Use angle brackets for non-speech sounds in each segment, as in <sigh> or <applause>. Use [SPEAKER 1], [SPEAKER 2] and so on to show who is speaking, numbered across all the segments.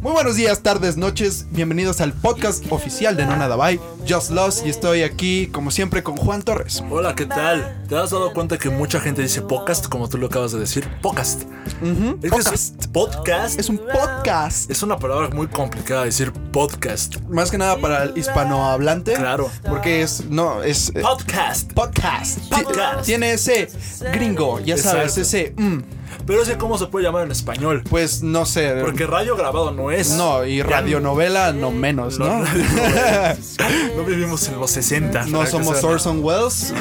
[SPEAKER 1] Muy buenos días, tardes, noches. Bienvenidos al podcast oficial de No Nada Bye, Just Lost. Y estoy aquí, como siempre, con Juan Torres.
[SPEAKER 2] Hola, ¿qué tal? ¿Te has dado cuenta que mucha gente dice podcast, como tú lo acabas de decir? Podcast. Es que es-
[SPEAKER 1] podcast.
[SPEAKER 2] podcast.
[SPEAKER 1] Es un podcast.
[SPEAKER 2] Es una palabra muy complicada decir podcast.
[SPEAKER 1] Más que nada para el hispanohablante.
[SPEAKER 2] Claro.
[SPEAKER 1] Porque es. No, es. eh,
[SPEAKER 2] Podcast.
[SPEAKER 1] podcast. Ti-
[SPEAKER 2] Podcast.
[SPEAKER 1] Tiene ese gringo, ya sabes,
[SPEAKER 2] Exacto.
[SPEAKER 1] ese. mm,
[SPEAKER 2] Pero sé cómo se puede llamar en español.
[SPEAKER 1] pues no sé.
[SPEAKER 2] Porque radio grabado no es.
[SPEAKER 1] No, y
[SPEAKER 2] Ya
[SPEAKER 1] radionovela no menos,
[SPEAKER 2] no- <laughs>
[SPEAKER 1] ¿no? <laughs>
[SPEAKER 2] no vivimos en los 60.
[SPEAKER 1] No
[SPEAKER 2] para que
[SPEAKER 1] somos
[SPEAKER 2] sea-
[SPEAKER 1] Orson Welles.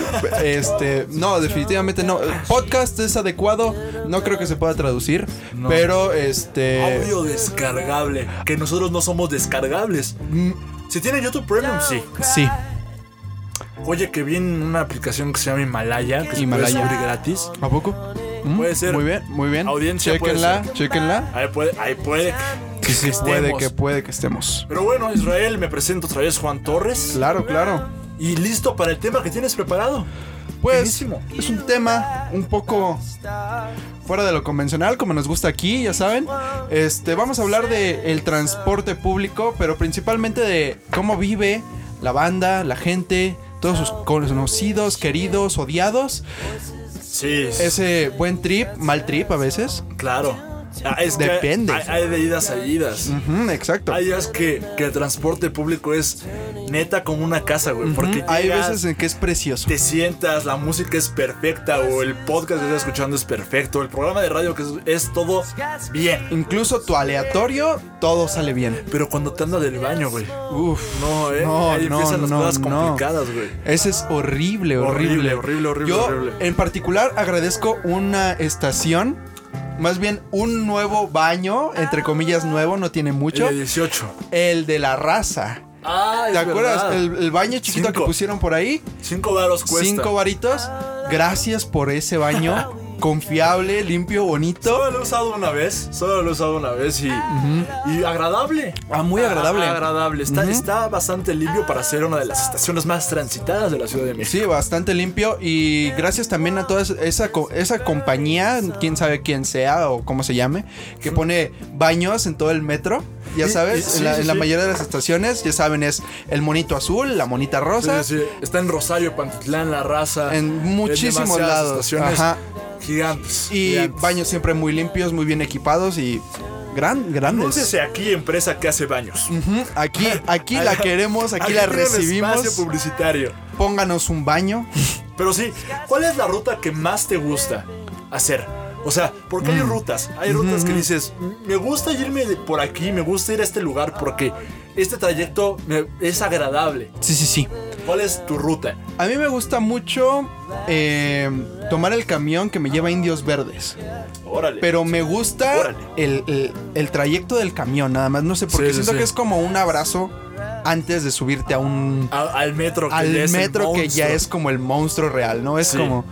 [SPEAKER 1] Este, no, definitivamente no. Podcast es adecuado. No creo que se pueda traducir.
[SPEAKER 2] No.
[SPEAKER 1] Pero este.
[SPEAKER 2] Audio descargable. Que nosotros no somos descargables.
[SPEAKER 1] Mm.
[SPEAKER 2] Si tiene YouTube Premium, sí.
[SPEAKER 1] Sí.
[SPEAKER 2] Oye, que bien una aplicación que se llama Himalaya, que se
[SPEAKER 1] Himalaya.
[SPEAKER 2] puede subir gratis.
[SPEAKER 1] ¿A poco? Mm,
[SPEAKER 2] Puede ser.
[SPEAKER 1] Muy bien, muy bien.
[SPEAKER 2] Audiencia puede
[SPEAKER 1] Chéquenla,
[SPEAKER 2] ser.
[SPEAKER 1] chéquenla.
[SPEAKER 2] Ahí puede, ahí puede.
[SPEAKER 1] Sí, sí, puede
[SPEAKER 2] estemos.
[SPEAKER 1] que puede que estemos.
[SPEAKER 2] Pero bueno, Israel, me presento otra vez Juan Torres.
[SPEAKER 1] Claro, claro.
[SPEAKER 2] Y listo para el tema que tienes preparado.
[SPEAKER 1] Pues
[SPEAKER 2] Buenísimo.
[SPEAKER 1] es un tema un poco fuera de lo convencional, como nos gusta aquí, ya saben. Este, vamos a hablar de el transporte público, pero principalmente de cómo vive la banda, la gente, todos sus conocidos, queridos, odiados.
[SPEAKER 2] Sí,
[SPEAKER 1] Ese buen trip, mal trip a veces.
[SPEAKER 2] claro. Ah, es que
[SPEAKER 1] Depende. Mm.
[SPEAKER 2] Hay, hay de idas a idas.
[SPEAKER 1] Ujú, exacto.
[SPEAKER 2] Hay días que, que el transporte público es neta como una casa, güey. Porque
[SPEAKER 1] Hay
[SPEAKER 2] llegas,
[SPEAKER 1] veces en que es precioso.
[SPEAKER 2] te sientas, la música es perfecta, o el podcast que estás escuchando es perfecto, el programa de radio que es, es todo bien.
[SPEAKER 1] Incluso tu aleatorio, todo sale bien.
[SPEAKER 2] Pero cuando te anda del baño, güey.
[SPEAKER 1] Uf.
[SPEAKER 2] No, eh.
[SPEAKER 1] No,
[SPEAKER 2] ahí
[SPEAKER 1] no,
[SPEAKER 2] empiezan las
[SPEAKER 1] no,
[SPEAKER 2] cosas
[SPEAKER 1] no.
[SPEAKER 2] complicadas, güey.
[SPEAKER 1] Ese es horrible, horrible.
[SPEAKER 2] Horrible, horrible, horrible,
[SPEAKER 1] Yo,
[SPEAKER 2] horrible.
[SPEAKER 1] en particular, agradezco una estación, más bien un nuevo baño, entre comillas nuevo, no tiene mucho,
[SPEAKER 2] El de 18.
[SPEAKER 1] el de la raza.
[SPEAKER 2] Ah,
[SPEAKER 1] ¿Te acuerdas? El, el baño chiquito que
[SPEAKER 2] Cinco.
[SPEAKER 1] pusieron por ahí,
[SPEAKER 2] Cinco varos cuesta.
[SPEAKER 1] cinco varitos. Gracias por ese baño, confiable, limpio, bonito.
[SPEAKER 2] Solo lo he usado una vez. Solo lo he usado una vez y, y agradable.
[SPEAKER 1] Ah, muy agradable.
[SPEAKER 2] Ah, agradable. Está, está bastante limpio para ser una de las estaciones más transitadas de la Ciudad de México.
[SPEAKER 1] Sí, bastante limpio y gracias también a toda esa, co- esa compañía, quién sabe quién sea o cómo se llame, que pone baños en todo el metro, ya
[SPEAKER 2] Sí,
[SPEAKER 1] sabes,
[SPEAKER 2] sí,
[SPEAKER 1] en, la,
[SPEAKER 2] sí,
[SPEAKER 1] en la
[SPEAKER 2] sí.
[SPEAKER 1] mayoría de las estaciones, ya saben, es el monito azul, la monita rosa,
[SPEAKER 2] Sí, sí, sí. Está en Rosario, Pantitlán, La Raza.
[SPEAKER 1] En muchísimos
[SPEAKER 2] demasiadas
[SPEAKER 1] lados.
[SPEAKER 2] Estaciones
[SPEAKER 1] Ajá.
[SPEAKER 2] gigantes.
[SPEAKER 1] y
[SPEAKER 2] gigantes.
[SPEAKER 1] baños siempre muy limpios, muy bien equipados y gran, grandes.
[SPEAKER 2] Anúnciese aquí empresa que hace baños.
[SPEAKER 1] Ujú, Aquí, aquí
[SPEAKER 2] <laughs>
[SPEAKER 1] la queremos, aquí la
[SPEAKER 2] tienen espacio
[SPEAKER 1] recibimos.
[SPEAKER 2] publicitario.
[SPEAKER 1] Pónganos un baño.
[SPEAKER 2] Pero sí, ¿cuál es la ruta que más te gusta hacer? O sea, porque
[SPEAKER 1] Mm.
[SPEAKER 2] hay rutas, hay rutas que dices, me gusta irme de por aquí, me gusta ir a este lugar porque este trayecto me- es agradable.
[SPEAKER 1] Sí, sí, sí.
[SPEAKER 2] ¿Cuál es tu ruta?
[SPEAKER 1] A mí me gusta mucho eh, tomar el camión que me lleva a Indios Verdes.
[SPEAKER 2] Órale.
[SPEAKER 1] Pero me gusta
[SPEAKER 2] Órale.
[SPEAKER 1] el, el- el trayecto del camión, nada más. No sé, porque
[SPEAKER 2] Sí, sí,
[SPEAKER 1] siento
[SPEAKER 2] sí.
[SPEAKER 1] que es como un abrazo antes de subirte a un.
[SPEAKER 2] A- al metro que ya
[SPEAKER 1] al
[SPEAKER 2] es el
[SPEAKER 1] metro que ya
[SPEAKER 2] monstruo.
[SPEAKER 1] es como el monstruo real, ¿no? Es
[SPEAKER 2] Sí.
[SPEAKER 1] como.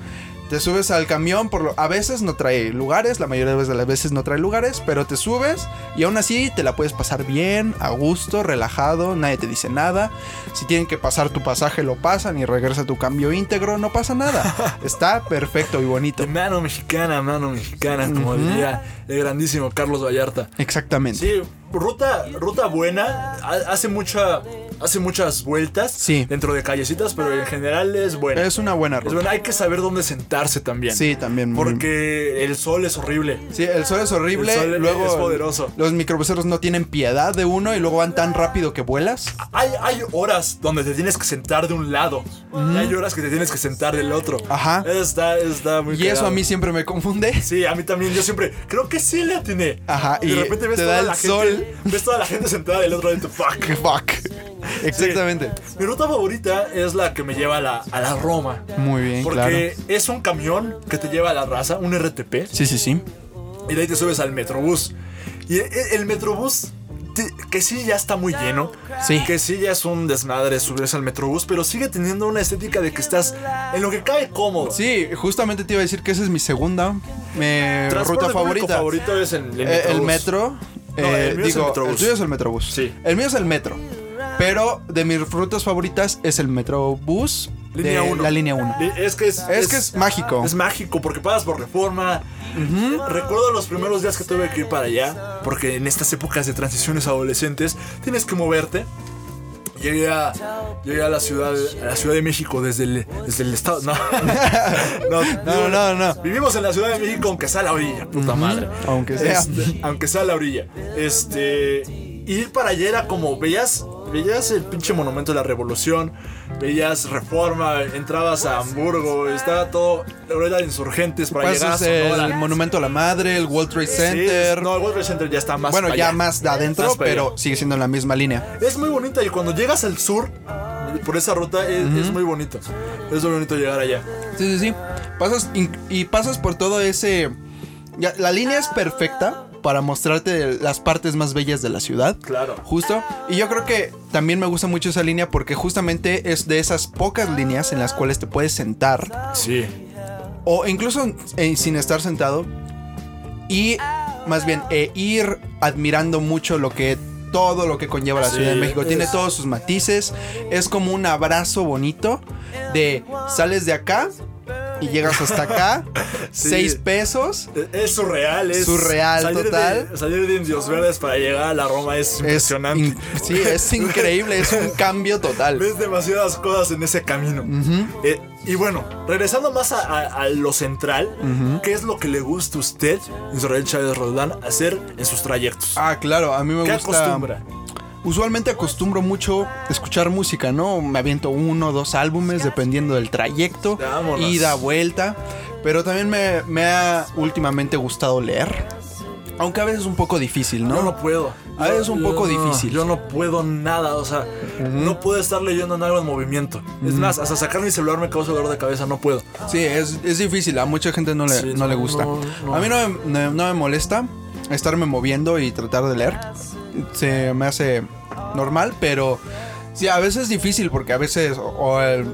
[SPEAKER 1] Te subes al camión, por lo, a veces no trae lugares, la mayoría de las veces no trae lugares, pero te subes y aún así te la puedes pasar bien, a gusto, relajado, nadie te dice nada. Si tienen que pasar tu pasaje, lo pasan y regresa tu cambio íntegro, no pasa
[SPEAKER 2] <laughs>
[SPEAKER 1] nada. Está perfecto y bonito.
[SPEAKER 2] De mano mexicana, mano mexicana, como
[SPEAKER 1] Ujú.
[SPEAKER 2] diría el grandísimo Carlos Vallarta.
[SPEAKER 1] Exactamente.
[SPEAKER 2] Sí, ruta, ruta buena. ha- Hace mucha, hace muchas vueltas
[SPEAKER 1] Sí.
[SPEAKER 2] dentro de callecitas, pero en general es buena.
[SPEAKER 1] Es una buena
[SPEAKER 2] Es
[SPEAKER 1] ruta.
[SPEAKER 2] verdad, hay que saber dónde sentarse también.
[SPEAKER 1] Sí, también. muy-
[SPEAKER 2] Porque el sol es horrible.
[SPEAKER 1] Sí, el sol es horrible.
[SPEAKER 2] El sol
[SPEAKER 1] luego
[SPEAKER 2] es poderoso.
[SPEAKER 1] Los microbuseros no tienen piedad de uno y luego van tan rápido que vuelas.
[SPEAKER 2] Hay, hay horas donde te tienes que sentar de un lado. Y hay horas que te tienes que sentar del otro.
[SPEAKER 1] Ajá.
[SPEAKER 2] Eso Está, eso está muy
[SPEAKER 1] Y eso
[SPEAKER 2] cagado.
[SPEAKER 1] a mí siempre me confunde. <laughs>
[SPEAKER 2] Sí, a mí también. Yo siempre creo que sí le atiné.
[SPEAKER 1] Ajá, y
[SPEAKER 2] de repente ves
[SPEAKER 1] te da
[SPEAKER 2] toda
[SPEAKER 1] el
[SPEAKER 2] la
[SPEAKER 1] sol.
[SPEAKER 2] gente. Ves toda la gente sentada del otro lado y tú, fuck.
[SPEAKER 1] Que fuck. Exactamente.
[SPEAKER 2] Mi ruta favorita es la que me lleva a la, a la Roma.
[SPEAKER 1] Muy bien,
[SPEAKER 2] Porque es un camión que te lleva a la raza, un RTP.
[SPEAKER 1] Sí, sí, sí.
[SPEAKER 2] Y de ahí te subes al Metrobús. Y e- el Metrobús, te- que sí ya está muy lleno.
[SPEAKER 1] Sí.
[SPEAKER 2] Que sí ya es un desmadre subirse al Metrobús, pero sigue teniendo una estética de que estás en lo que cae cómodo.
[SPEAKER 1] Sí, justamente te iba a decir que esa es mi segunda eh,
[SPEAKER 2] Transporte
[SPEAKER 1] ruta
[SPEAKER 2] público
[SPEAKER 1] favorita.
[SPEAKER 2] favorito es el, el
[SPEAKER 1] Eh, el
[SPEAKER 2] Metrobús.
[SPEAKER 1] metro.
[SPEAKER 2] No,
[SPEAKER 1] eh,
[SPEAKER 2] el mío es el
[SPEAKER 1] digo, el,
[SPEAKER 2] Metrobús.
[SPEAKER 1] tuyo es el metrobús.
[SPEAKER 2] Sí.
[SPEAKER 1] El mío es el metro. Pero de mis rutas favoritas es el metrobús,
[SPEAKER 2] Línea
[SPEAKER 1] de
[SPEAKER 2] uno.
[SPEAKER 1] la línea 1.
[SPEAKER 2] Li- Es que es,
[SPEAKER 1] Es que es mágico.
[SPEAKER 2] Es mágico porque pasas por reforma. Recuerdo los primeros días que tuve que ir para allá, porque en estas épocas de transiciones adolescentes tienes que moverte. Llegué a, llegué a la ciudad a la Ciudad de México desde el, desde el estado. No. <laughs> no,
[SPEAKER 1] No, no, no.
[SPEAKER 2] Vivimos en la Ciudad de México aunque sea a la orilla, puta madre.
[SPEAKER 1] Aunque sea.
[SPEAKER 2] Este, aunque sea a la orilla. Este. Ir para allá era como veías. Veías el pinche monumento de la revolución, veías reforma, entrabas a Hamburgo, estaba todo. Era de insurgentes para llegar a
[SPEAKER 1] Pasas Pues el
[SPEAKER 2] Sonora.
[SPEAKER 1] Monumento a la Madre, el World Trade
[SPEAKER 2] Sí,
[SPEAKER 1] Center.
[SPEAKER 2] no, el World Trade Center ya está más.
[SPEAKER 1] bueno,
[SPEAKER 2] para
[SPEAKER 1] ya
[SPEAKER 2] allá.
[SPEAKER 1] más de adentro,
[SPEAKER 2] Más para allá.
[SPEAKER 1] pero sigue siendo en la misma línea.
[SPEAKER 2] Es muy bonita y cuando llegas al sur, por esa ruta, es, es muy bonito. Es muy bonito llegar allá.
[SPEAKER 1] Sí, sí, sí. Pasas in- y pasas por todo ese. ya, la línea es perfecta para mostrarte las partes más bellas de la ciudad.
[SPEAKER 2] Claro.
[SPEAKER 1] Justo. Y yo creo que también me gusta mucho esa línea porque justamente es de esas pocas líneas en las cuales te puedes sentar.
[SPEAKER 2] Sí.
[SPEAKER 1] O incluso eh, sin estar sentado. Y más bien eh, ir admirando mucho lo que... Todo lo que conlleva la
[SPEAKER 2] Sí,
[SPEAKER 1] Ciudad de México. Tiene
[SPEAKER 2] es-
[SPEAKER 1] todos sus matices. Es como un abrazo bonito de sales de acá y llegas hasta acá.
[SPEAKER 2] <laughs> Sí.
[SPEAKER 1] Seis pesos.
[SPEAKER 2] Es surreal, es.
[SPEAKER 1] Surreal,
[SPEAKER 2] salir de-
[SPEAKER 1] total.
[SPEAKER 2] salir de Indios Verdes para llegar a la Roma es
[SPEAKER 1] Es
[SPEAKER 2] impresionante.
[SPEAKER 1] in- sí,
[SPEAKER 2] <laughs>
[SPEAKER 1] es increíble. es un cambio total.
[SPEAKER 2] Ves demasiadas cosas en ese camino. Eh, y bueno, regresando más a, a- a lo central, ¿qué es lo que le gusta a usted, Israel Chávez Roldán, hacer en sus trayectos?
[SPEAKER 1] Ah, claro, a mí me
[SPEAKER 2] ¿Qué
[SPEAKER 1] gusta.
[SPEAKER 2] acostumbra?
[SPEAKER 1] Usualmente acostumbro mucho escuchar música, ¿no? Me aviento uno o dos álbumes dependiendo del trayecto,
[SPEAKER 2] Vámonos.
[SPEAKER 1] ida, vuelta. Pero también me, me ha últimamente gustado leer. Aunque a veces es un poco difícil,
[SPEAKER 2] Yo
[SPEAKER 1] ¿no?
[SPEAKER 2] no puedo.
[SPEAKER 1] Ah,
[SPEAKER 2] Yo-
[SPEAKER 1] es un
[SPEAKER 2] yo
[SPEAKER 1] poco
[SPEAKER 2] no-
[SPEAKER 1] difícil.
[SPEAKER 2] Yo no puedo nada, o sea, no puedo estar leyendo en algo en movimiento. Es más, hasta sacar mi celular me causa dolor de cabeza, no puedo.
[SPEAKER 1] Sí, es, es difícil. A mucha gente no le,
[SPEAKER 2] Sí,
[SPEAKER 1] no
[SPEAKER 2] no,
[SPEAKER 1] le gusta.
[SPEAKER 2] no, no.
[SPEAKER 1] A mí no, me- no- no me molesta estarme moviendo y tratar de leer. Se me hace normal, pero sí, a veces es difícil porque a veces o, o el,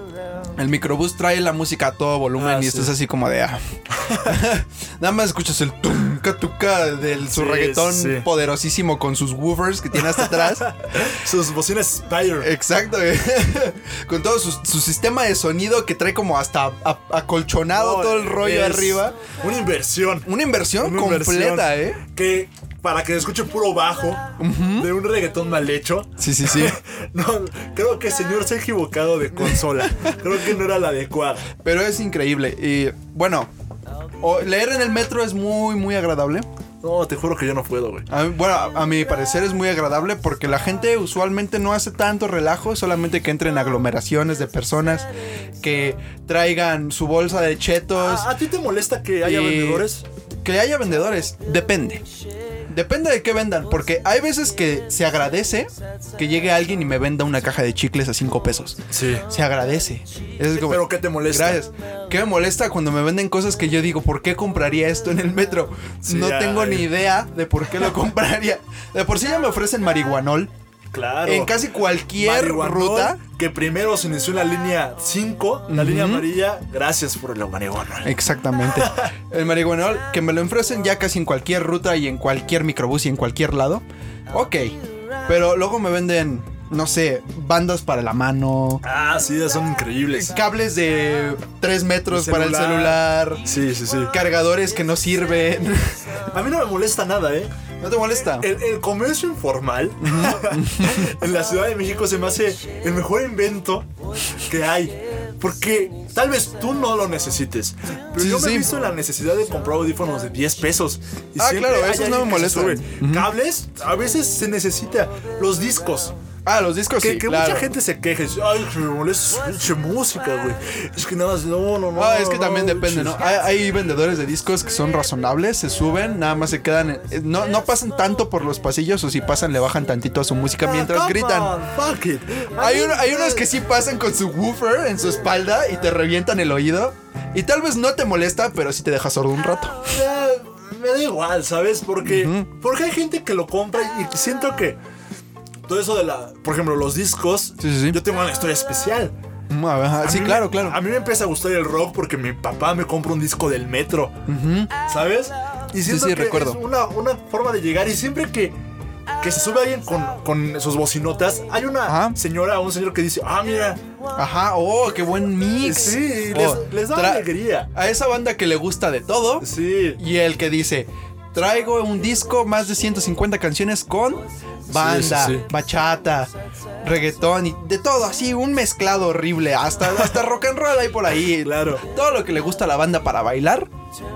[SPEAKER 1] el microbús trae la música a todo volumen
[SPEAKER 2] Ah,
[SPEAKER 1] y
[SPEAKER 2] sí.
[SPEAKER 1] estás así como de... ah. <laughs> Nada más escuchas el tunca tuca del su
[SPEAKER 2] Sí,
[SPEAKER 1] reggaetón
[SPEAKER 2] sí.
[SPEAKER 1] poderosísimo con sus woofers que tiene hasta atrás.
[SPEAKER 2] <laughs> Sus bocinas Spider.
[SPEAKER 1] Exacto, <laughs> güey. con todo su, su sistema de sonido que trae como hasta a- acolchonado todo el rollo
[SPEAKER 2] Oh, es
[SPEAKER 1] arriba.
[SPEAKER 2] Una inversión.
[SPEAKER 1] Una inversión
[SPEAKER 2] Una
[SPEAKER 1] completa,
[SPEAKER 2] inversión
[SPEAKER 1] ¿eh?
[SPEAKER 2] Que para que escuche puro bajo de un reggaetón mal hecho.
[SPEAKER 1] Sí, sí,
[SPEAKER 2] <laughs>
[SPEAKER 1] sí.
[SPEAKER 2] No, creo que el señor se ha equivocado de consola. Creo que no era la adecuada.
[SPEAKER 1] Pero es increíble. Y bueno, o- leer en el metro es muy, muy agradable.
[SPEAKER 2] No, te juro que yo no puedo, güey.
[SPEAKER 1] A mí- bueno, a, a mi parecer es muy agradable porque la gente usualmente no hace tanto relajo, solamente que entren aglomeraciones de personas que traigan su bolsa de chetos.
[SPEAKER 2] ¿A, a ti te molesta que haya
[SPEAKER 1] Y
[SPEAKER 2] vendedores?
[SPEAKER 1] Que haya vendedores, depende. Depende de qué vendan, porque hay veces que se agradece que llegue alguien y me venda una caja de chicles a 5 pesos.
[SPEAKER 2] Sí.
[SPEAKER 1] Se agradece. Es como,
[SPEAKER 2] ¿Pero qué te molesta?
[SPEAKER 1] Gracias. ¿Qué me molesta cuando me venden cosas que yo digo, ¿por qué compraría esto en el metro?
[SPEAKER 2] Sí,
[SPEAKER 1] no
[SPEAKER 2] ya,
[SPEAKER 1] tengo ni
[SPEAKER 2] eh.
[SPEAKER 1] idea de por qué lo compraría. De por sí ya me ofrecen marihuanol
[SPEAKER 2] Claro.
[SPEAKER 1] en casi cualquier
[SPEAKER 2] Marihuanol,
[SPEAKER 1] ruta.
[SPEAKER 2] Que primero se inició en la línea 5, la línea amarilla. Gracias por el marihuana.
[SPEAKER 1] Exactamente. El marihuanol, que me lo ofrecen ya casi en cualquier ruta y en cualquier microbús y en cualquier lado. Ok. Pero luego me venden, no sé, bandas para la mano,
[SPEAKER 2] Ah, sí, son increíbles.
[SPEAKER 1] cables de 3 metros
[SPEAKER 2] El
[SPEAKER 1] para el
[SPEAKER 2] celular.
[SPEAKER 1] celular,
[SPEAKER 2] Sí, sí, sí.
[SPEAKER 1] cargadores que no sirven. <laughs>
[SPEAKER 2] A mí no me molesta nada, ¿eh?
[SPEAKER 1] ¿No te molesta?
[SPEAKER 2] El, el comercio informal <laughs> en la Ciudad de México se me hace el mejor invento que hay. Porque tal vez tú no lo necesites. Pero
[SPEAKER 1] Sí,
[SPEAKER 2] yo
[SPEAKER 1] sí,
[SPEAKER 2] me he
[SPEAKER 1] sí.
[SPEAKER 2] visto en la necesidad de comprar audífonos de 10 pesos. Y
[SPEAKER 1] Ah,
[SPEAKER 2] siempre
[SPEAKER 1] claro,
[SPEAKER 2] hay
[SPEAKER 1] esos no
[SPEAKER 2] alguien
[SPEAKER 1] me
[SPEAKER 2] que se
[SPEAKER 1] molestan.
[SPEAKER 2] sube. Cables, a veces se necesita. Los discos.
[SPEAKER 1] Ah, los discos
[SPEAKER 2] Que,
[SPEAKER 1] sí,
[SPEAKER 2] que
[SPEAKER 1] claro.
[SPEAKER 2] mucha gente se queja. y dice, Ay, que me molesta su pinche música, güey. Es que nada más, no, no, no.
[SPEAKER 1] Ah, es que
[SPEAKER 2] no,
[SPEAKER 1] también
[SPEAKER 2] no,
[SPEAKER 1] depende, ¿no?
[SPEAKER 2] chis-
[SPEAKER 1] Hay, hay vendedores de discos que son razonables, se suben, nada más se quedan. en- eh, No, no pasan tanto por los pasillos o si pasan le bajan tantito a su música Ah, mientras
[SPEAKER 2] Come
[SPEAKER 1] gritan.
[SPEAKER 2] on, fuck it.
[SPEAKER 1] Hay, un- hay
[SPEAKER 2] Ay,
[SPEAKER 1] unos que sí pasan con su woofer en su espalda y te revientan el oído. Y tal vez no te molesta, pero sí te deja sordo un rato.
[SPEAKER 2] Ya, me da igual, ¿sabes? Porque, porque hay gente que lo compra y siento que todo eso de la. Por ejemplo, los discos.
[SPEAKER 1] Sí, sí, sí.
[SPEAKER 2] Yo tengo una historia especial.
[SPEAKER 1] Mm, ajá,
[SPEAKER 2] A
[SPEAKER 1] Sí,
[SPEAKER 2] mí
[SPEAKER 1] claro,
[SPEAKER 2] me-
[SPEAKER 1] claro.
[SPEAKER 2] A mí me empieza a gustar el rock porque mi papá me compra un disco del metro. ¿Sabes? Y siento
[SPEAKER 1] sí,
[SPEAKER 2] que
[SPEAKER 1] recuerdo.
[SPEAKER 2] es una, una forma de llegar. Y siempre que, que se sube alguien con, con sus bocinotas, hay una
[SPEAKER 1] Ajá.
[SPEAKER 2] señora o un señor que dice, ah, mira,
[SPEAKER 1] Ajá, oh, qué buen mix.
[SPEAKER 2] Sí,
[SPEAKER 1] Oh,
[SPEAKER 2] les, les da
[SPEAKER 1] tra-
[SPEAKER 2] alegría.
[SPEAKER 1] A esa banda que le gusta de todo.
[SPEAKER 2] Sí.
[SPEAKER 1] Y el que dice, traigo un disco, más de 150 canciones con banda,
[SPEAKER 2] sí, sí.
[SPEAKER 1] bachata, reggaetón y de todo, así un mezclado horrible, hasta, hasta rock and roll hay por ahí.
[SPEAKER 2] <laughs> Claro.
[SPEAKER 1] Todo lo que le gusta a la banda para bailar,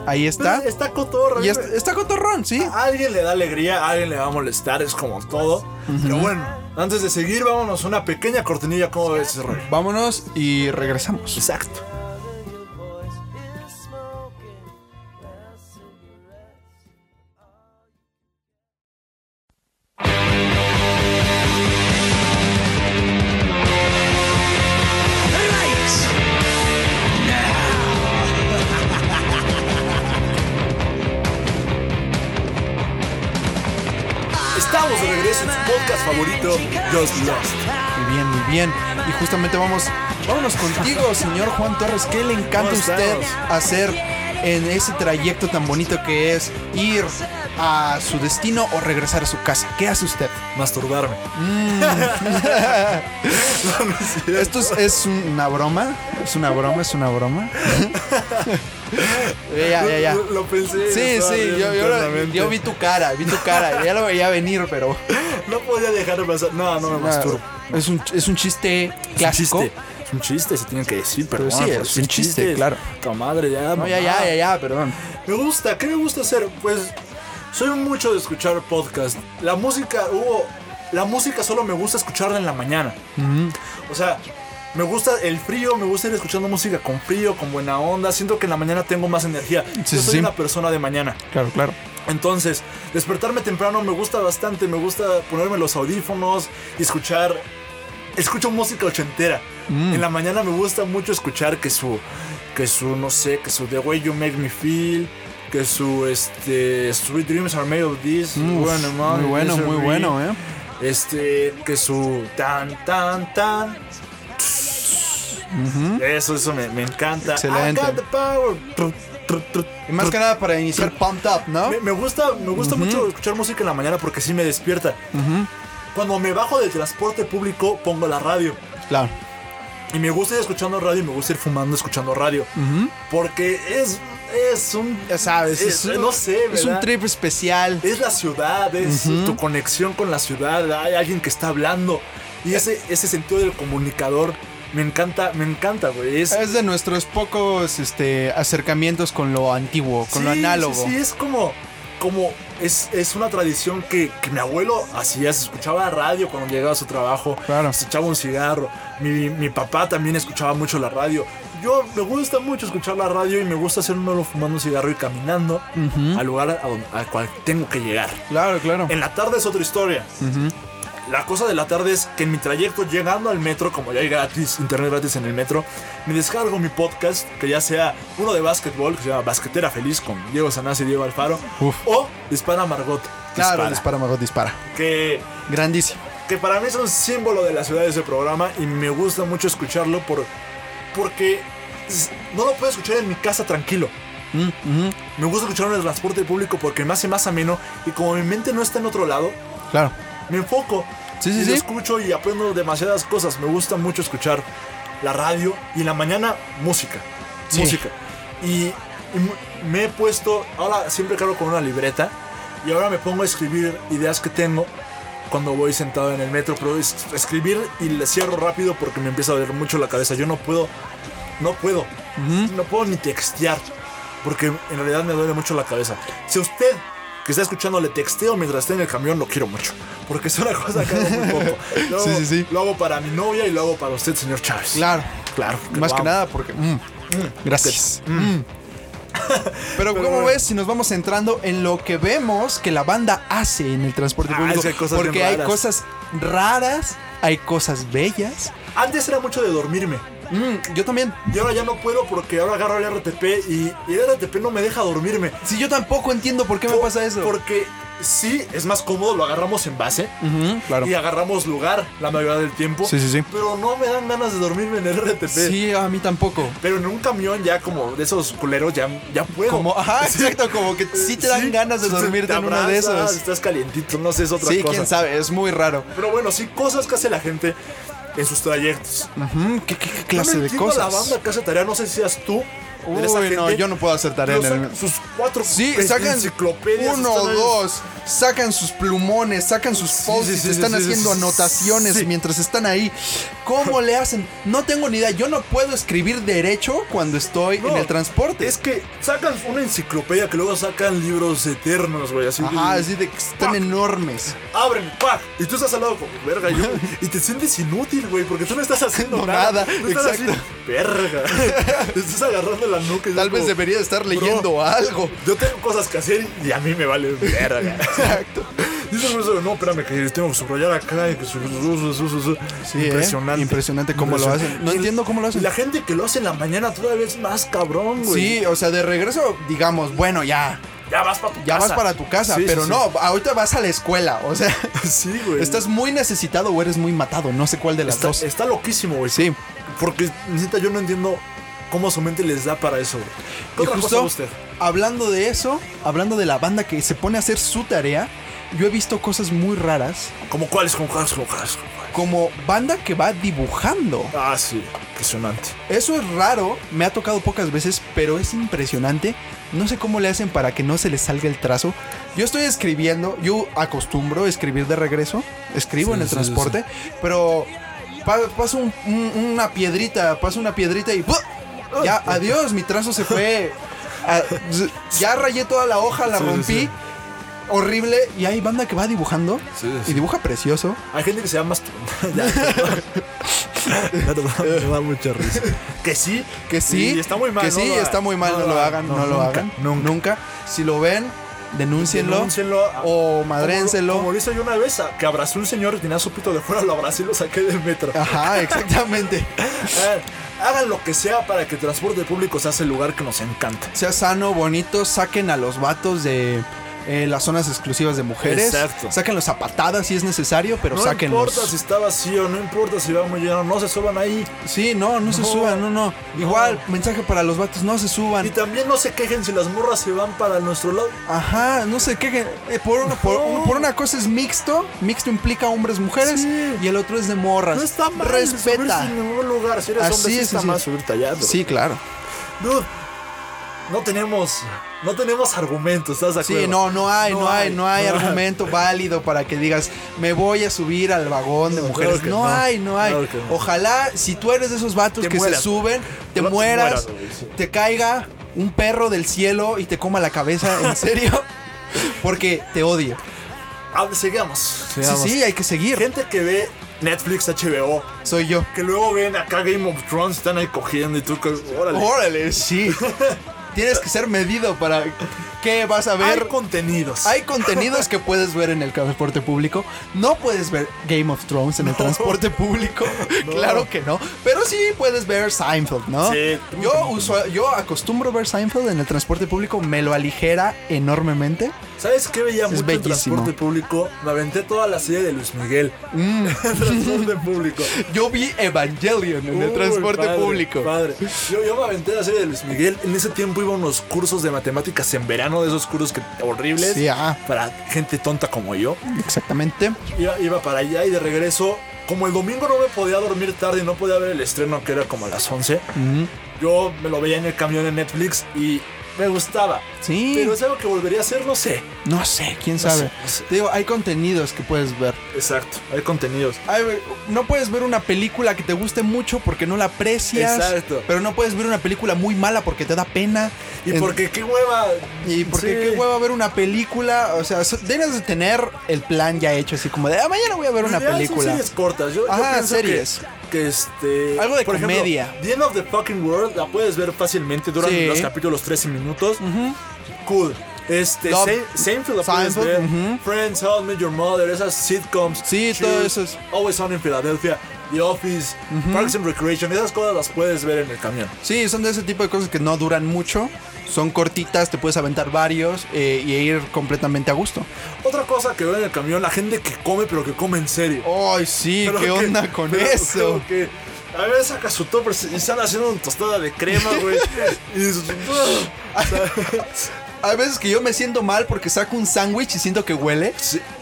[SPEAKER 1] ahí está.
[SPEAKER 2] Pues, Está cotorra.
[SPEAKER 1] Y es- está cotorrón, ¿sí?
[SPEAKER 2] A alguien le da alegría, a alguien le va a molestar, es como todo. Pero bueno, antes de seguir, vámonos a una pequeña cortinilla. ¿Cómo ves ese rollo?
[SPEAKER 1] Vámonos y regresamos.
[SPEAKER 2] Exacto. Estamos de regreso en su podcast favorito, Just Lost.
[SPEAKER 1] Muy bien, muy bien. Y justamente vamos, vámonos contigo, señor Juan Torres. ¿Qué le encanta a
[SPEAKER 2] ¿Cómo
[SPEAKER 1] usted
[SPEAKER 2] estamos?
[SPEAKER 1] hacer en ese trayecto tan bonito que es ir a su destino o regresar a su casa? ¿Qué hace usted?
[SPEAKER 2] Masturbarme. No, no es cierto.
[SPEAKER 1] Esto es, es una broma, es una broma, es una broma. <laughs> ya, ya, ya.
[SPEAKER 2] Lo, lo pensé.
[SPEAKER 1] Sí,
[SPEAKER 2] estaba
[SPEAKER 1] sí,
[SPEAKER 2] riendo
[SPEAKER 1] yo, yo lo-
[SPEAKER 2] internamente.
[SPEAKER 1] yo vi tu cara, vi tu cara, ya lo veía venir, pero...
[SPEAKER 2] No podía dejar de pasar. No, no me masturbo.
[SPEAKER 1] Es un, es un chiste clásico.
[SPEAKER 2] Es un chiste, es un chiste, se tiene que decir, pero
[SPEAKER 1] sí, es un chiste, claro.
[SPEAKER 2] Tu madre, ya.
[SPEAKER 1] No, ya, ya, eh. ya, ya, perdón.
[SPEAKER 2] Me gusta, ¿qué me gusta hacer? Pues soy mucho de escuchar podcast. La música, hubo. la música solo me gusta escucharla en la mañana. O sea, me gusta el frío, me gusta ir escuchando música con frío, con buena onda. Siento que en la mañana tengo más energía.
[SPEAKER 1] Sí,
[SPEAKER 2] Yo
[SPEAKER 1] sí,
[SPEAKER 2] soy
[SPEAKER 1] sí.
[SPEAKER 2] una persona de mañana.
[SPEAKER 1] Claro, claro.
[SPEAKER 2] Entonces, despertarme temprano me gusta bastante, me gusta ponerme los audífonos y escuchar. Escucho música ochentera.
[SPEAKER 1] Mm.
[SPEAKER 2] En la mañana me gusta mucho escuchar que su. Que su, no sé, que su The Way You Make Me Feel. Que su, este. Sweet Dreams Are Made of This.
[SPEAKER 1] Mm,
[SPEAKER 2] bueno,
[SPEAKER 1] muy bueno, muy bueno, eh.
[SPEAKER 2] Este. Que su. Tan, tan, tan. Eso, eso me, me encanta.
[SPEAKER 1] Excelente.
[SPEAKER 2] I got the power. Tru, tru, tru,
[SPEAKER 1] Y más que nada para iniciar Pumped Up, ¿no?
[SPEAKER 2] me, me gusta, me gusta mucho escuchar música en la mañana porque sí me despierta. Cuando me bajo del transporte público, pongo la radio.
[SPEAKER 1] Claro.
[SPEAKER 2] Y me gusta ir escuchando radio y me gusta ir fumando escuchando radio. Porque es, es un.
[SPEAKER 1] Ya sabes,
[SPEAKER 2] es- eh, no sé,
[SPEAKER 1] es un
[SPEAKER 2] ¿verdad?
[SPEAKER 1] trip especial.
[SPEAKER 2] Es la ciudad, es tu conexión con la ciudad. Hay alguien que está hablando. Y ese, ese sentido del comunicador me encanta, me encanta, güey. Es,
[SPEAKER 1] Es de nuestros pocos este, acercamientos con lo antiguo, con lo
[SPEAKER 2] Sí,
[SPEAKER 1] análogo.
[SPEAKER 2] Sí, sí, es como. como es, es una tradición que, que mi abuelo hacía, se escuchaba radio cuando llegaba a su trabajo,
[SPEAKER 1] Claro.
[SPEAKER 2] se echaba un cigarro, mi, mi papá también escuchaba mucho la radio. Yo me gusta mucho escuchar la radio y me gusta hacérmelo fumando un cigarro y caminando al lugar a donde- al cual tengo que llegar.
[SPEAKER 1] Claro, claro.
[SPEAKER 2] En la tarde es otra historia. La cosa de la tarde es que en mi trayecto llegando al metro, como ya hay gratis, internet gratis en el metro, me descargo mi podcast, que ya sea uno de básquetbol, que se llama Basquetera Feliz con Diego Sanás y Diego Alfaro,
[SPEAKER 1] Uf.
[SPEAKER 2] o Dispara Margot.
[SPEAKER 1] Claro,
[SPEAKER 2] Dispara,
[SPEAKER 1] dispara, Magot, dispara.
[SPEAKER 2] Que,
[SPEAKER 1] Grandísimo.
[SPEAKER 2] que para mí es un símbolo de la ciudad ese programa y me gusta mucho escucharlo por, porque s- no lo puedo escuchar en mi casa tranquilo.
[SPEAKER 1] Mm, ujú,
[SPEAKER 2] Me gusta escucharlo en el transporte público porque me hace más ameno y como mi mente no está en otro lado,
[SPEAKER 1] Claro.
[SPEAKER 2] me enfoco.
[SPEAKER 1] Sí, sí,
[SPEAKER 2] y
[SPEAKER 1] sí.
[SPEAKER 2] Lo escucho y aprendo demasiadas cosas. Me gusta mucho escuchar la radio y en la mañana música.
[SPEAKER 1] Sí.
[SPEAKER 2] Música. Y, y mu- me he puesto, ahora siempre cargo con una libreta y ahora me pongo a escribir ideas que tengo cuando voy sentado en el metro, pero es escribir y le cierro rápido porque me empieza a doler mucho la cabeza. Yo no puedo, no puedo, no puedo ni textear porque en realidad me duele mucho la cabeza. Si usted que está escuchando le texteo mientras esté en el camión, lo quiero mucho porque es una cosa que hago muy
[SPEAKER 1] <laughs>
[SPEAKER 2] poco. Lo,
[SPEAKER 1] Sí,
[SPEAKER 2] hago-
[SPEAKER 1] sí, sí.
[SPEAKER 2] lo hago para mi novia y lo hago para usted, señor Chávez.
[SPEAKER 1] Claro.
[SPEAKER 2] claro. porque
[SPEAKER 1] Más
[SPEAKER 2] lo
[SPEAKER 1] que
[SPEAKER 2] amo.
[SPEAKER 1] nada porque. mm, gracias.
[SPEAKER 2] <laughs>
[SPEAKER 1] Mm. Pero, ¿cómo
[SPEAKER 2] bueno.
[SPEAKER 1] ves si nos vamos entrando en lo que vemos que la banda hace en el transporte
[SPEAKER 2] Ah,
[SPEAKER 1] público?
[SPEAKER 2] es que hay cosas bien
[SPEAKER 1] porque hay
[SPEAKER 2] raras.
[SPEAKER 1] cosas raras, hay cosas bellas.
[SPEAKER 2] Antes era mucho de dormirme.
[SPEAKER 1] Mm, yo también.
[SPEAKER 2] Y ahora ya no puedo porque ahora agarro el RTP y, y el RTP no me deja dormirme.
[SPEAKER 1] Si yo tampoco entiendo por qué me
[SPEAKER 2] Por-
[SPEAKER 1] pasa eso.
[SPEAKER 2] Porque sí, es más cómodo, lo agarramos en base
[SPEAKER 1] Ujú, claro.
[SPEAKER 2] y agarramos lugar la mayoría del tiempo.
[SPEAKER 1] Sí, sí, sí.
[SPEAKER 2] Pero no me dan ganas de dormirme en el RTP.
[SPEAKER 1] Sí, a mí tampoco.
[SPEAKER 2] Pero en un camión ya como de esos culeros ya, ya puedo.
[SPEAKER 1] Como, ajá,
[SPEAKER 2] <laughs> Sí.
[SPEAKER 1] exacto, como que sí te dan
[SPEAKER 2] Sí,
[SPEAKER 1] ganas de
[SPEAKER 2] sí,
[SPEAKER 1] dormirte
[SPEAKER 2] te
[SPEAKER 1] en uno de
[SPEAKER 2] abrazas,
[SPEAKER 1] esos.
[SPEAKER 2] Estás calientito, no sé, es otra
[SPEAKER 1] Sí,
[SPEAKER 2] cosa.
[SPEAKER 1] quién sabe, es muy raro.
[SPEAKER 2] Pero bueno, sí, cosas que hace la gente. en sus trayectos.
[SPEAKER 1] Ujú, ¿Qué, qué- qué
[SPEAKER 2] Yo no
[SPEAKER 1] clase de
[SPEAKER 2] entiendo a
[SPEAKER 1] cosas?
[SPEAKER 2] la banda que hace tarea, no sé si seas tú.
[SPEAKER 1] Uy,
[SPEAKER 2] eres esa
[SPEAKER 1] no,
[SPEAKER 2] gente,
[SPEAKER 1] yo no puedo hacer tarea
[SPEAKER 2] pero
[SPEAKER 1] en
[SPEAKER 2] sacan
[SPEAKER 1] el-
[SPEAKER 2] sus cuatro
[SPEAKER 1] Sí,
[SPEAKER 2] en-
[SPEAKER 1] sacan
[SPEAKER 2] Pues, enciclopedias.
[SPEAKER 1] uno,
[SPEAKER 2] están ahí-
[SPEAKER 1] dos, sacan sus plumones, sacan sus
[SPEAKER 2] Sí,
[SPEAKER 1] post
[SPEAKER 2] sí, sí,
[SPEAKER 1] están
[SPEAKER 2] sí, sí,
[SPEAKER 1] haciendo
[SPEAKER 2] sí.
[SPEAKER 1] anotaciones
[SPEAKER 2] Sí.
[SPEAKER 1] mientras están ahí. ¿Cómo le hacen? No tengo ni idea. Yo no puedo escribir derecho cuando estoy en
[SPEAKER 2] No,
[SPEAKER 1] el transporte.
[SPEAKER 2] Es que sacan una enciclopedia que luego sacan libros eternos, güey. Así
[SPEAKER 1] Ajá,
[SPEAKER 2] de-
[SPEAKER 1] así de que están enormes.
[SPEAKER 2] abren, ¡pac! Y tú estás al lado como, verga, yo. Y te sientes inútil, güey, porque tú no estás haciendo
[SPEAKER 1] No, nada,
[SPEAKER 2] nada. Tú estás así,
[SPEAKER 1] exacto. <laughs>
[SPEAKER 2] verga. te estás agarrando la nuca. y
[SPEAKER 1] Tal
[SPEAKER 2] estás
[SPEAKER 1] vez
[SPEAKER 2] como,
[SPEAKER 1] debería estar leyendo
[SPEAKER 2] <laughs>
[SPEAKER 1] algo.
[SPEAKER 2] Yo tengo cosas que hacer y a mí me
[SPEAKER 1] <laughs>
[SPEAKER 2] vale verga.
[SPEAKER 1] Exacto.
[SPEAKER 2] Dice el profesor, no, espérame, que tengo que subrayar acá. Y que su- su- su- su- su".
[SPEAKER 1] Sí, ¿eh? Impresionante cómo lo hacen. No
[SPEAKER 2] Y-
[SPEAKER 1] entiendo cómo lo hacen.
[SPEAKER 2] y La gente que lo hace en la mañana todavía es más cabrón, güey.
[SPEAKER 1] Sí, o sea, de regreso, digamos, bueno, ya,
[SPEAKER 2] Ya vas para tu
[SPEAKER 1] ya
[SPEAKER 2] casa.
[SPEAKER 1] vas
[SPEAKER 2] <laughs>
[SPEAKER 1] para tu casa,
[SPEAKER 2] Sí,
[SPEAKER 1] pero
[SPEAKER 2] sí,
[SPEAKER 1] no, ahorita vas a la escuela, o sea,
[SPEAKER 2] Sí, güey.
[SPEAKER 1] estás muy necesitado o eres muy matado, no sé cuál de las
[SPEAKER 2] Está,
[SPEAKER 1] dos.
[SPEAKER 2] está loquísimo, güey.
[SPEAKER 1] Sí.
[SPEAKER 2] Porque, neta, yo no entiendo cómo su mente les da para eso, güey. ¿Qué
[SPEAKER 1] Y
[SPEAKER 2] otra cosa
[SPEAKER 1] justo
[SPEAKER 2] usted?
[SPEAKER 1] hablando de eso, hablando de la banda que se pone a hacer su tarea, yo he visto cosas muy raras,
[SPEAKER 2] Como cuáles con cuáles con cuáles. con cuáles?
[SPEAKER 1] como banda que va dibujando.
[SPEAKER 2] Ah, sí. Impresionante.
[SPEAKER 1] Eso es raro, me ha tocado pocas veces, pero es impresionante. No sé cómo le hacen para que no se les salga el trazo. Yo estoy escribiendo, yo acostumbro escribir de regreso, escribo
[SPEAKER 2] Sí,
[SPEAKER 1] en el
[SPEAKER 2] sí,
[SPEAKER 1] transporte, pero pa- paso un- un- una piedrita, paso una piedrita y ¡buah!
[SPEAKER 2] <laughs>
[SPEAKER 1] ya, adiós, mi trazo se fue. Ah, z- ya rayé toda la hoja, la
[SPEAKER 2] Sí, sí,
[SPEAKER 1] rompí.
[SPEAKER 2] sí.
[SPEAKER 1] Horrible, y hay banda que va dibujando
[SPEAKER 2] Sí, sí.
[SPEAKER 1] y dibuja precioso.
[SPEAKER 2] Hay gente que se llama... mastur- <laughs> ya, perdón. Ya, perdón,
[SPEAKER 1] <laughs>
[SPEAKER 2] me da mucha risa. Que sí.
[SPEAKER 1] Que sí,
[SPEAKER 2] Y está muy mal.
[SPEAKER 1] que
[SPEAKER 2] no
[SPEAKER 1] sí,
[SPEAKER 2] lo hagan.
[SPEAKER 1] está muy mal, no, lo hagan, no, lo
[SPEAKER 2] nunca,
[SPEAKER 1] hagan,
[SPEAKER 2] Nunca.
[SPEAKER 1] nunca. Si lo ven, denúncienlo,
[SPEAKER 2] Denúncienlo. ah,
[SPEAKER 1] o
[SPEAKER 2] Como, como
[SPEAKER 1] madrénselo.
[SPEAKER 2] lo hice yo una vez, a- que abrazó un señor y tenía su pito de fuera, lo abracé y lo saqué del metro. <laughs>
[SPEAKER 1] Ajá, exactamente.
[SPEAKER 2] Eh, Hagan lo que sea para que el transporte público sea el lugar que nos encanta.
[SPEAKER 1] sea sano, bonito, saquen a los vatos de eh, las zonas exclusivas de mujeres.
[SPEAKER 2] Exacto.
[SPEAKER 1] Sáquenlos a patadas si es necesario, pero
[SPEAKER 2] No
[SPEAKER 1] sáquenlos.
[SPEAKER 2] importa si está vacío, no importa si va muy lleno, no se suban ahí.
[SPEAKER 1] Sí, no, no, se
[SPEAKER 2] No,
[SPEAKER 1] suban, no, no.
[SPEAKER 2] no.
[SPEAKER 1] Igual, mensaje para los vatos, no se
[SPEAKER 2] Y
[SPEAKER 1] suban.
[SPEAKER 2] también no se quejen si las morras se van para nuestro lado.
[SPEAKER 1] Ajá, no se quejen. Eh, por, una, por,
[SPEAKER 2] No.
[SPEAKER 1] por una cosa es mixto, mixto implica hombres, mujeres,
[SPEAKER 2] Sí.
[SPEAKER 1] y el otro es de morras.
[SPEAKER 2] No está mal
[SPEAKER 1] Respeta.
[SPEAKER 2] subirse en ningún lugar. Si eres
[SPEAKER 1] Así
[SPEAKER 2] hombre, sí
[SPEAKER 1] es,
[SPEAKER 2] está
[SPEAKER 1] así
[SPEAKER 2] mal
[SPEAKER 1] es.
[SPEAKER 2] subir tallado.
[SPEAKER 1] Sí, claro.
[SPEAKER 2] Dude, no tenemos, no tenemos argumentos, ¿estás de acuerdo?
[SPEAKER 1] Sí, no, no hay, no,
[SPEAKER 2] No
[SPEAKER 1] hay,
[SPEAKER 2] hay,
[SPEAKER 1] no hay
[SPEAKER 2] no hay.
[SPEAKER 1] argumento válido para que digas, me voy a subir al vagón de
[SPEAKER 2] No,
[SPEAKER 1] mujeres.
[SPEAKER 2] claro que
[SPEAKER 1] no,
[SPEAKER 2] no.
[SPEAKER 1] hay, no hay.
[SPEAKER 2] Claro que no.
[SPEAKER 1] Ojalá, si tú eres de esos vatos
[SPEAKER 2] Te
[SPEAKER 1] que
[SPEAKER 2] mueras.
[SPEAKER 1] se suben, te
[SPEAKER 2] Ojalá te
[SPEAKER 1] mueras,
[SPEAKER 2] mueras, güey, sí.
[SPEAKER 1] te caiga un perro del cielo y te coma la cabeza,
[SPEAKER 2] <laughs>
[SPEAKER 1] en serio. Porque te odio.
[SPEAKER 2] Ah, sigamos.
[SPEAKER 1] Sí,
[SPEAKER 2] sigamos.
[SPEAKER 1] sí, hay que seguir.
[SPEAKER 2] Gente que ve Netflix, HBO,
[SPEAKER 1] Soy yo.
[SPEAKER 2] que luego ven acá Game of Thrones, están ahí cogiendo y tú, que, órale.
[SPEAKER 1] Órale,
[SPEAKER 2] <laughs>
[SPEAKER 1] sí. Tienes que ser medido para qué vas a ver.
[SPEAKER 2] Hay contenidos.
[SPEAKER 1] Hay contenidos que puedes ver en el transporte público. No puedes ver Game of Thrones en el transporte
[SPEAKER 2] <laughs>
[SPEAKER 1] público. Claro que no. Pero sí puedes ver Seinfeld, ¿no?
[SPEAKER 2] Sí.
[SPEAKER 1] Yo, uso, yo acostumbro ver Seinfeld en el transporte público. Me lo aligera enormemente.
[SPEAKER 2] ¿Sabes qué veía mucho en
[SPEAKER 1] bellísimo.
[SPEAKER 2] transporte público? Me aventé toda la serie de Luis Miguel.
[SPEAKER 1] Mm.
[SPEAKER 2] <laughs> En transporte público.
[SPEAKER 1] Yo vi Evangelion <laughs> en el
[SPEAKER 2] Uy,
[SPEAKER 1] transporte
[SPEAKER 2] padre,
[SPEAKER 1] público.
[SPEAKER 2] Padre. Yo, yo me aventé la serie de Luis Miguel. En ese tiempo iba a unos cursos de matemáticas en verano, de esos cursos que, horribles.
[SPEAKER 1] Sí, ah.
[SPEAKER 2] Para gente tonta como yo.
[SPEAKER 1] Exactamente.
[SPEAKER 2] Iba, iba para allá y de regreso. Como el domingo no me podía dormir tarde y no podía ver el estreno, que era como a las 11,
[SPEAKER 1] Ujú.
[SPEAKER 2] yo me lo veía en el camión de Netflix y me gustaba.
[SPEAKER 1] Sí.
[SPEAKER 2] Pero es algo que volvería a hacer, no sé.
[SPEAKER 1] No sé, quién sabe.
[SPEAKER 2] sé, no sé.
[SPEAKER 1] Te digo, hay contenidos que puedes ver.
[SPEAKER 2] Exacto, hay contenidos.
[SPEAKER 1] Ay, güey, no puedes ver una película que te guste mucho porque no la aprecias.
[SPEAKER 2] Exacto.
[SPEAKER 1] Pero no puedes ver una película muy mala porque te da pena.
[SPEAKER 2] Y
[SPEAKER 1] En-
[SPEAKER 2] porque qué hueva.
[SPEAKER 1] Y porque
[SPEAKER 2] Sí.
[SPEAKER 1] qué hueva ver una película. O sea, so- debes de tener el plan ya hecho, así como de ah, mañana voy a ver una
[SPEAKER 2] Ideal son
[SPEAKER 1] película.
[SPEAKER 2] series cortas. Yo, yo
[SPEAKER 1] Ajá,
[SPEAKER 2] pienso que-
[SPEAKER 1] series.
[SPEAKER 2] Que, este.
[SPEAKER 1] Algo de
[SPEAKER 2] por ejemplo,
[SPEAKER 1] comedia.
[SPEAKER 2] The End of the Fucking World la puedes ver fácilmente. Duran
[SPEAKER 1] Sí.
[SPEAKER 2] los capítulos 13 minutos. Cool. Este,
[SPEAKER 1] Love.
[SPEAKER 2] Se- Seinfeld la puedes
[SPEAKER 1] Seinfeld,
[SPEAKER 2] ver.
[SPEAKER 1] ujú.
[SPEAKER 2] Friends, How I Met Your Mother, esas sitcoms.
[SPEAKER 1] Sí,
[SPEAKER 2] Cheers,
[SPEAKER 1] todo eso es-
[SPEAKER 2] Always On in Philadelphia, The Office, Parks and Recreation. Esas cosas las puedes ver en el camión.
[SPEAKER 1] Sí, son de ese tipo de cosas que no duran mucho. Son cortitas, te puedes aventar varios eh, y ir completamente a gusto.
[SPEAKER 2] Otra cosa que veo en el camión, la gente que come, pero que come en serio.
[SPEAKER 1] Ay, sí,
[SPEAKER 2] Pero
[SPEAKER 1] ¿qué
[SPEAKER 2] que-
[SPEAKER 1] onda con
[SPEAKER 2] pero
[SPEAKER 1] eso?
[SPEAKER 2] creo <laughs> que a ver, saca su
[SPEAKER 1] <laughs>
[SPEAKER 2] topper y están haciendo una tostada de crema, güey. y dices, "Ugh". O sea,
[SPEAKER 1] Hay veces que yo me siento mal porque saco un sándwich y siento que huele.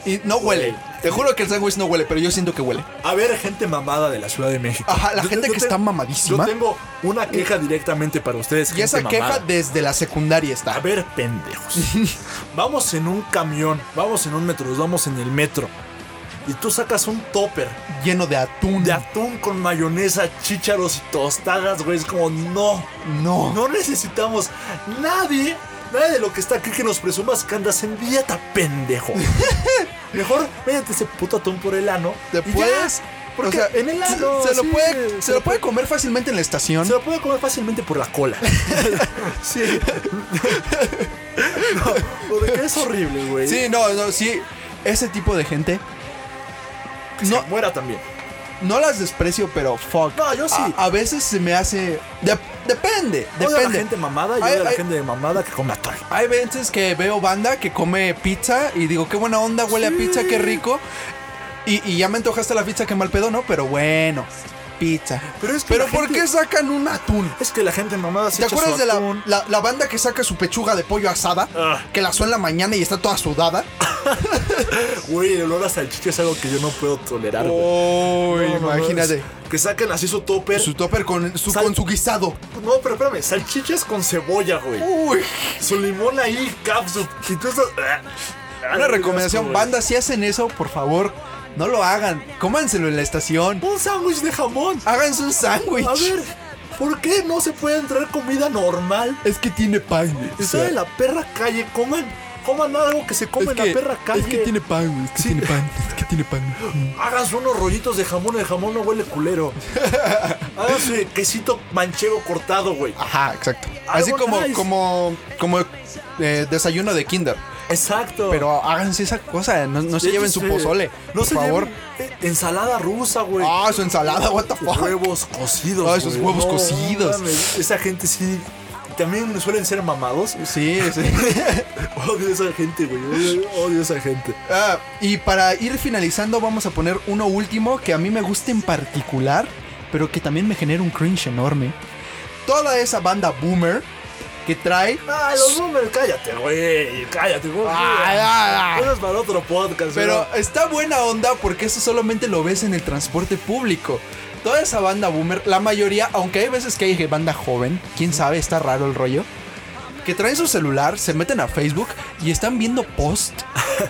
[SPEAKER 1] Y no huele. Te juro que el sándwich no huele, pero yo siento que huele.
[SPEAKER 2] A ver, gente mamada de la Ciudad de México.
[SPEAKER 1] Ajá, la
[SPEAKER 2] Yo-
[SPEAKER 1] gente
[SPEAKER 2] yo
[SPEAKER 1] que
[SPEAKER 2] te-
[SPEAKER 1] está mamadísima.
[SPEAKER 2] Yo tengo una queja directamente para ustedes.
[SPEAKER 1] Y
[SPEAKER 2] gente
[SPEAKER 1] esa queja
[SPEAKER 2] mamada.
[SPEAKER 1] desde la secundaria
[SPEAKER 2] A
[SPEAKER 1] está.
[SPEAKER 2] ver,
[SPEAKER 1] <laughs>
[SPEAKER 2] pendejos. vamos en un camión, vamos en un metrobús, vamos en el metro. Y tú sacas un topper
[SPEAKER 1] Lleno de atún.
[SPEAKER 2] de atún con mayonesa, chícharos y tostadas, güey. Es como, no,
[SPEAKER 1] No.
[SPEAKER 2] no necesitamos nadie, nadie de lo que está aquí que nos presumas que andas en dieta,
[SPEAKER 1] <laughs>
[SPEAKER 2] pendejo. Mejor métete ese puto atún por el ano.
[SPEAKER 1] Te
[SPEAKER 2] y ya.
[SPEAKER 1] puedes.
[SPEAKER 2] Porque
[SPEAKER 1] o sea,
[SPEAKER 2] en el ano.
[SPEAKER 1] Se, se
[SPEAKER 2] sí,
[SPEAKER 1] lo puede, se
[SPEAKER 2] se
[SPEAKER 1] lo puede comer fácilmente en la estación.
[SPEAKER 2] se lo puede comer fácilmente por la
[SPEAKER 1] <laughs>
[SPEAKER 2] cola. sí. no, porque es horrible, güey.
[SPEAKER 1] Sí, no, no, sí. Ese tipo de gente.
[SPEAKER 2] Que se
[SPEAKER 1] No,
[SPEAKER 2] muera también.
[SPEAKER 1] no las desprecio, pero fuck.
[SPEAKER 2] No, yo sí.
[SPEAKER 1] A, a veces se me hace. de- depende,
[SPEAKER 2] Odio a la
[SPEAKER 1] depende.
[SPEAKER 2] gente mamada y
[SPEAKER 1] Ay,
[SPEAKER 2] odio a la
[SPEAKER 1] ay.
[SPEAKER 2] gente de mamada que come atol.
[SPEAKER 1] Hay veces que veo banda que come pizza y digo, qué buena onda, huele a pizza, qué rico. Y, y ya me antojaste la pizza, qué mal pedo, ¿no? Pero bueno, pizza.
[SPEAKER 2] Pero es que
[SPEAKER 1] Pero
[SPEAKER 2] la
[SPEAKER 1] ¿por
[SPEAKER 2] gente-
[SPEAKER 1] qué sacan un atún?
[SPEAKER 2] Es que la gente mamada se
[SPEAKER 1] ¿Te
[SPEAKER 2] echa
[SPEAKER 1] acuerdas
[SPEAKER 2] su
[SPEAKER 1] de la,
[SPEAKER 2] atún.
[SPEAKER 1] la- la banda que saca su pechuga de pollo asada?
[SPEAKER 2] Ah.
[SPEAKER 1] Que la asó en la mañana y está toda sudada.
[SPEAKER 2] Güey, el olor a salchicha es algo que yo no puedo tolerar, güey.
[SPEAKER 1] Oh,
[SPEAKER 2] No, no, no,
[SPEAKER 1] imagínate.
[SPEAKER 2] es- Que saquen así su topper.
[SPEAKER 1] Su topper con su,
[SPEAKER 2] Sal-
[SPEAKER 1] con su guisado.
[SPEAKER 2] No, pero espérame, salchichas con cebolla, güey.
[SPEAKER 1] Uy.
[SPEAKER 2] Su limón ahí, capsup. Y tú estás- Ay,
[SPEAKER 1] Una
[SPEAKER 2] qué
[SPEAKER 1] recomendación,
[SPEAKER 2] asco, güey.
[SPEAKER 1] banda, si hacen eso, por favor, no lo hagan. Cómanselo en la estación.
[SPEAKER 2] Un sándwich de jamón.
[SPEAKER 1] Háganse un sándwich.
[SPEAKER 2] A ver, ¿por qué no se puede entrar comida normal?
[SPEAKER 1] Es que tiene pan.
[SPEAKER 2] Está en la perra calle, coman, coman algo que se come en la perra calle.
[SPEAKER 1] pan, güey, es que tiene pan, es que tiene pan.
[SPEAKER 2] Háganse unos rollitos de jamón, el jamón no huele culero. Háganse quesito manchego cortado, güey.
[SPEAKER 1] <laughs> Ajá, exacto.
[SPEAKER 2] Algo
[SPEAKER 1] Así como,
[SPEAKER 2] nice.
[SPEAKER 1] como, como eh, desayuno de kinder.
[SPEAKER 2] Exacto.
[SPEAKER 1] Pero háganse esa cosa, no, no se
[SPEAKER 2] Sí,
[SPEAKER 1] lleven
[SPEAKER 2] sí.
[SPEAKER 1] su pozole.
[SPEAKER 2] No
[SPEAKER 1] por
[SPEAKER 2] se
[SPEAKER 1] favor.
[SPEAKER 2] lleven, eh, ensalada rusa, güey.
[SPEAKER 1] Ah, su ensalada, what the fuck.
[SPEAKER 2] Huevos cocidos.
[SPEAKER 1] Ah, esos
[SPEAKER 2] güey.
[SPEAKER 1] huevos cocidos.
[SPEAKER 2] mames, Esa gente sí. También suelen ser mamados.
[SPEAKER 1] Sí, sí.
[SPEAKER 2] <laughs> Odio a esa gente, güey. Odio- Odio a esa gente.
[SPEAKER 1] Ah, y para ir finalizando, vamos a poner uno último que a mí me gusta en particular, pero que también me genera un cringe enorme. Toda esa banda boomer que trae.
[SPEAKER 2] Ah, los boomers, cállate, güey. Cállate,
[SPEAKER 1] Ah,
[SPEAKER 2] güey.
[SPEAKER 1] Ay, ay, ay.
[SPEAKER 2] Eso es para otro podcast,
[SPEAKER 1] Pero está buena onda porque eso solamente lo ves en el transporte público. Toda esa banda boomer, la mayoría, aunque hay veces que hay banda joven, quién sabe, está raro el rollo, que traen su celular, se meten a Facebook y están viendo <laughs> posts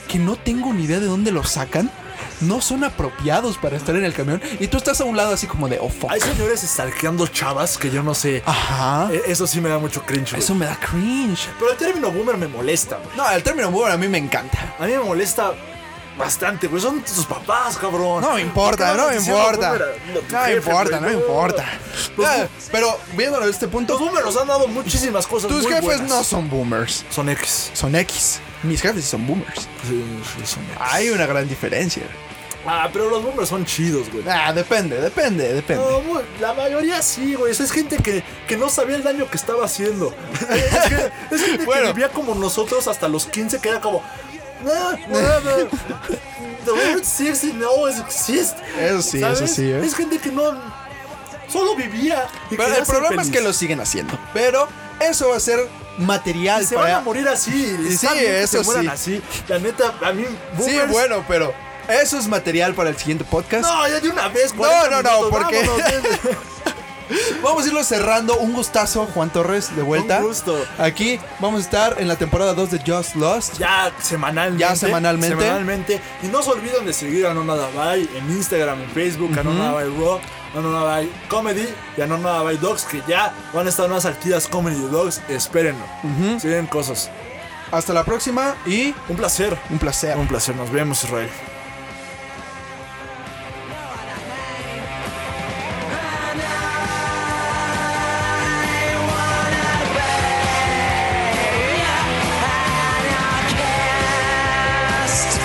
[SPEAKER 1] que no tengo ni idea de dónde los sacan. No son apropiados para estar en el camión y tú estás a un lado así como de, oh fuck.
[SPEAKER 2] Hay señores estalqueando chavas que yo no sé.
[SPEAKER 1] Ajá.
[SPEAKER 2] Eh, Eso sí me da mucho cringe, güey.
[SPEAKER 1] Ah. Eso me da cringe.
[SPEAKER 2] Pero el término boomer me molesta, güey.
[SPEAKER 1] No, el término boomer a mí me encanta.
[SPEAKER 2] A mí me molesta bastante, güey. Son tus papás, cabrón.
[SPEAKER 1] No me importa,
[SPEAKER 2] ¿Por qué
[SPEAKER 1] no me
[SPEAKER 2] andas diciendo
[SPEAKER 1] importa.
[SPEAKER 2] boomer a- a tu
[SPEAKER 1] No me
[SPEAKER 2] jefe,
[SPEAKER 1] importa,
[SPEAKER 2] güey?
[SPEAKER 1] no me importa. Ah, Pero viéndolo desde este punto,
[SPEAKER 2] Los boomers nos han dado muchísimas cosas.
[SPEAKER 1] Tus
[SPEAKER 2] muy
[SPEAKER 1] jefes
[SPEAKER 2] buenas.
[SPEAKER 1] no son boomers,
[SPEAKER 2] Son X.
[SPEAKER 1] son X. Mis jefes sí son boomers.
[SPEAKER 2] Sí, sí, son X.
[SPEAKER 1] Hay una gran diferencia.
[SPEAKER 2] Ah, pero los boomers son chidos, güey.
[SPEAKER 1] Ah, depende, depende, depende.
[SPEAKER 2] No, güey, la mayoría sí, güey. Es gente que, que no sabía el daño que estaba haciendo. <laughs> Es, que- es gente
[SPEAKER 1] Bueno.
[SPEAKER 2] que vivía como nosotros hasta los 15, que era como. "Nah,
[SPEAKER 1] <laughs>
[SPEAKER 2] whatever. The word exists and always exists.
[SPEAKER 1] Eso sí, eso sí, ¿eh?
[SPEAKER 2] Es gente que no. Solo vivía. y
[SPEAKER 1] Pero
[SPEAKER 2] quería
[SPEAKER 1] el
[SPEAKER 2] ser
[SPEAKER 1] problema es
[SPEAKER 2] feliz.
[SPEAKER 1] que lo siguen haciendo. Pero eso va a ser material
[SPEAKER 2] Y se van
[SPEAKER 1] para.
[SPEAKER 2] a morir así.
[SPEAKER 1] Y
[SPEAKER 2] está
[SPEAKER 1] sí,
[SPEAKER 2] bien que
[SPEAKER 1] eso
[SPEAKER 2] se mueran
[SPEAKER 1] sí.
[SPEAKER 2] así. La neta, a mí.
[SPEAKER 1] sí,
[SPEAKER 2] boomers-
[SPEAKER 1] bueno, pero eso es material para el siguiente podcast.
[SPEAKER 2] No, ya de una vez,
[SPEAKER 1] No,
[SPEAKER 2] 40
[SPEAKER 1] no, no,
[SPEAKER 2] minutos,
[SPEAKER 1] porque-
[SPEAKER 2] vámonos, ¿eh? ven.
[SPEAKER 1] <laughs> Vamos a irlo cerrando. Un gustazo, Juan Torres, de vuelta.
[SPEAKER 2] Un gusto.
[SPEAKER 1] Aquí vamos a estar en la temporada 2 de Just Lost.
[SPEAKER 2] Ya semanalmente.
[SPEAKER 1] Ya semanalmente.
[SPEAKER 2] Semanalmente. Y no se olviden de seguir a Nonada Bay en Instagram, en Facebook, a Nonada Bay Raw, a Nonada Bay Comedy y a Nonada Bay Dogs, que ya van a estar más activas Comedy Dogs. Espérenlo. Se vienen cosas.
[SPEAKER 1] Hasta la próxima y
[SPEAKER 2] Un placer.
[SPEAKER 1] un placer.
[SPEAKER 2] Un placer. Nos vemos, Israel.
[SPEAKER 3] Podcast.